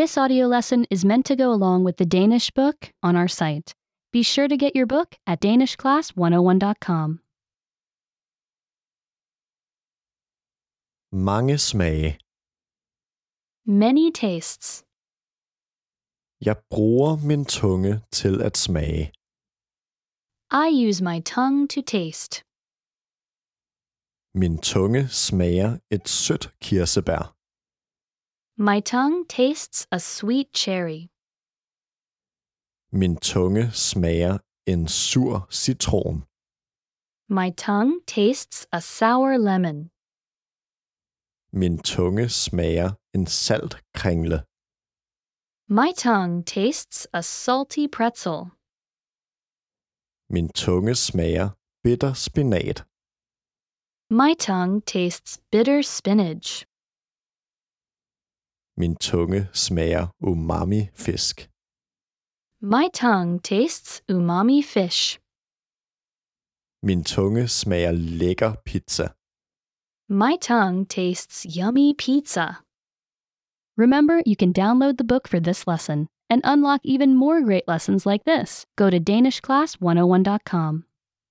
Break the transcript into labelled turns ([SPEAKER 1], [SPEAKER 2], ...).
[SPEAKER 1] This audio lesson is meant to go along with the Danish book on our site. Be sure to get your book at danishclass101.com.
[SPEAKER 2] Mange smage.
[SPEAKER 1] Many tastes.
[SPEAKER 2] Jeg bruger min tunge til at smage.
[SPEAKER 1] I use my tongue to taste.
[SPEAKER 2] Min tunge smager et sødt kirsebær.
[SPEAKER 1] My tongue tastes a sweet cherry.
[SPEAKER 2] Min tunge smager en sur citron.
[SPEAKER 1] My tongue tastes a sour lemon.
[SPEAKER 2] Min tunge smager en salt kringle.
[SPEAKER 1] My tongue tastes a salty pretzel.
[SPEAKER 2] Min tunge smager bitter spinat.
[SPEAKER 1] My tongue tastes bitter spinach.
[SPEAKER 2] Min tunge smager umami fisk.
[SPEAKER 1] My tongue tastes umami fish.
[SPEAKER 2] Min tunge smager lækker pizza.
[SPEAKER 1] My tongue tastes yummy pizza. Remember, you can download the book for this oh lesson and unlock even more great lessons like this. Go to danishclass101.com.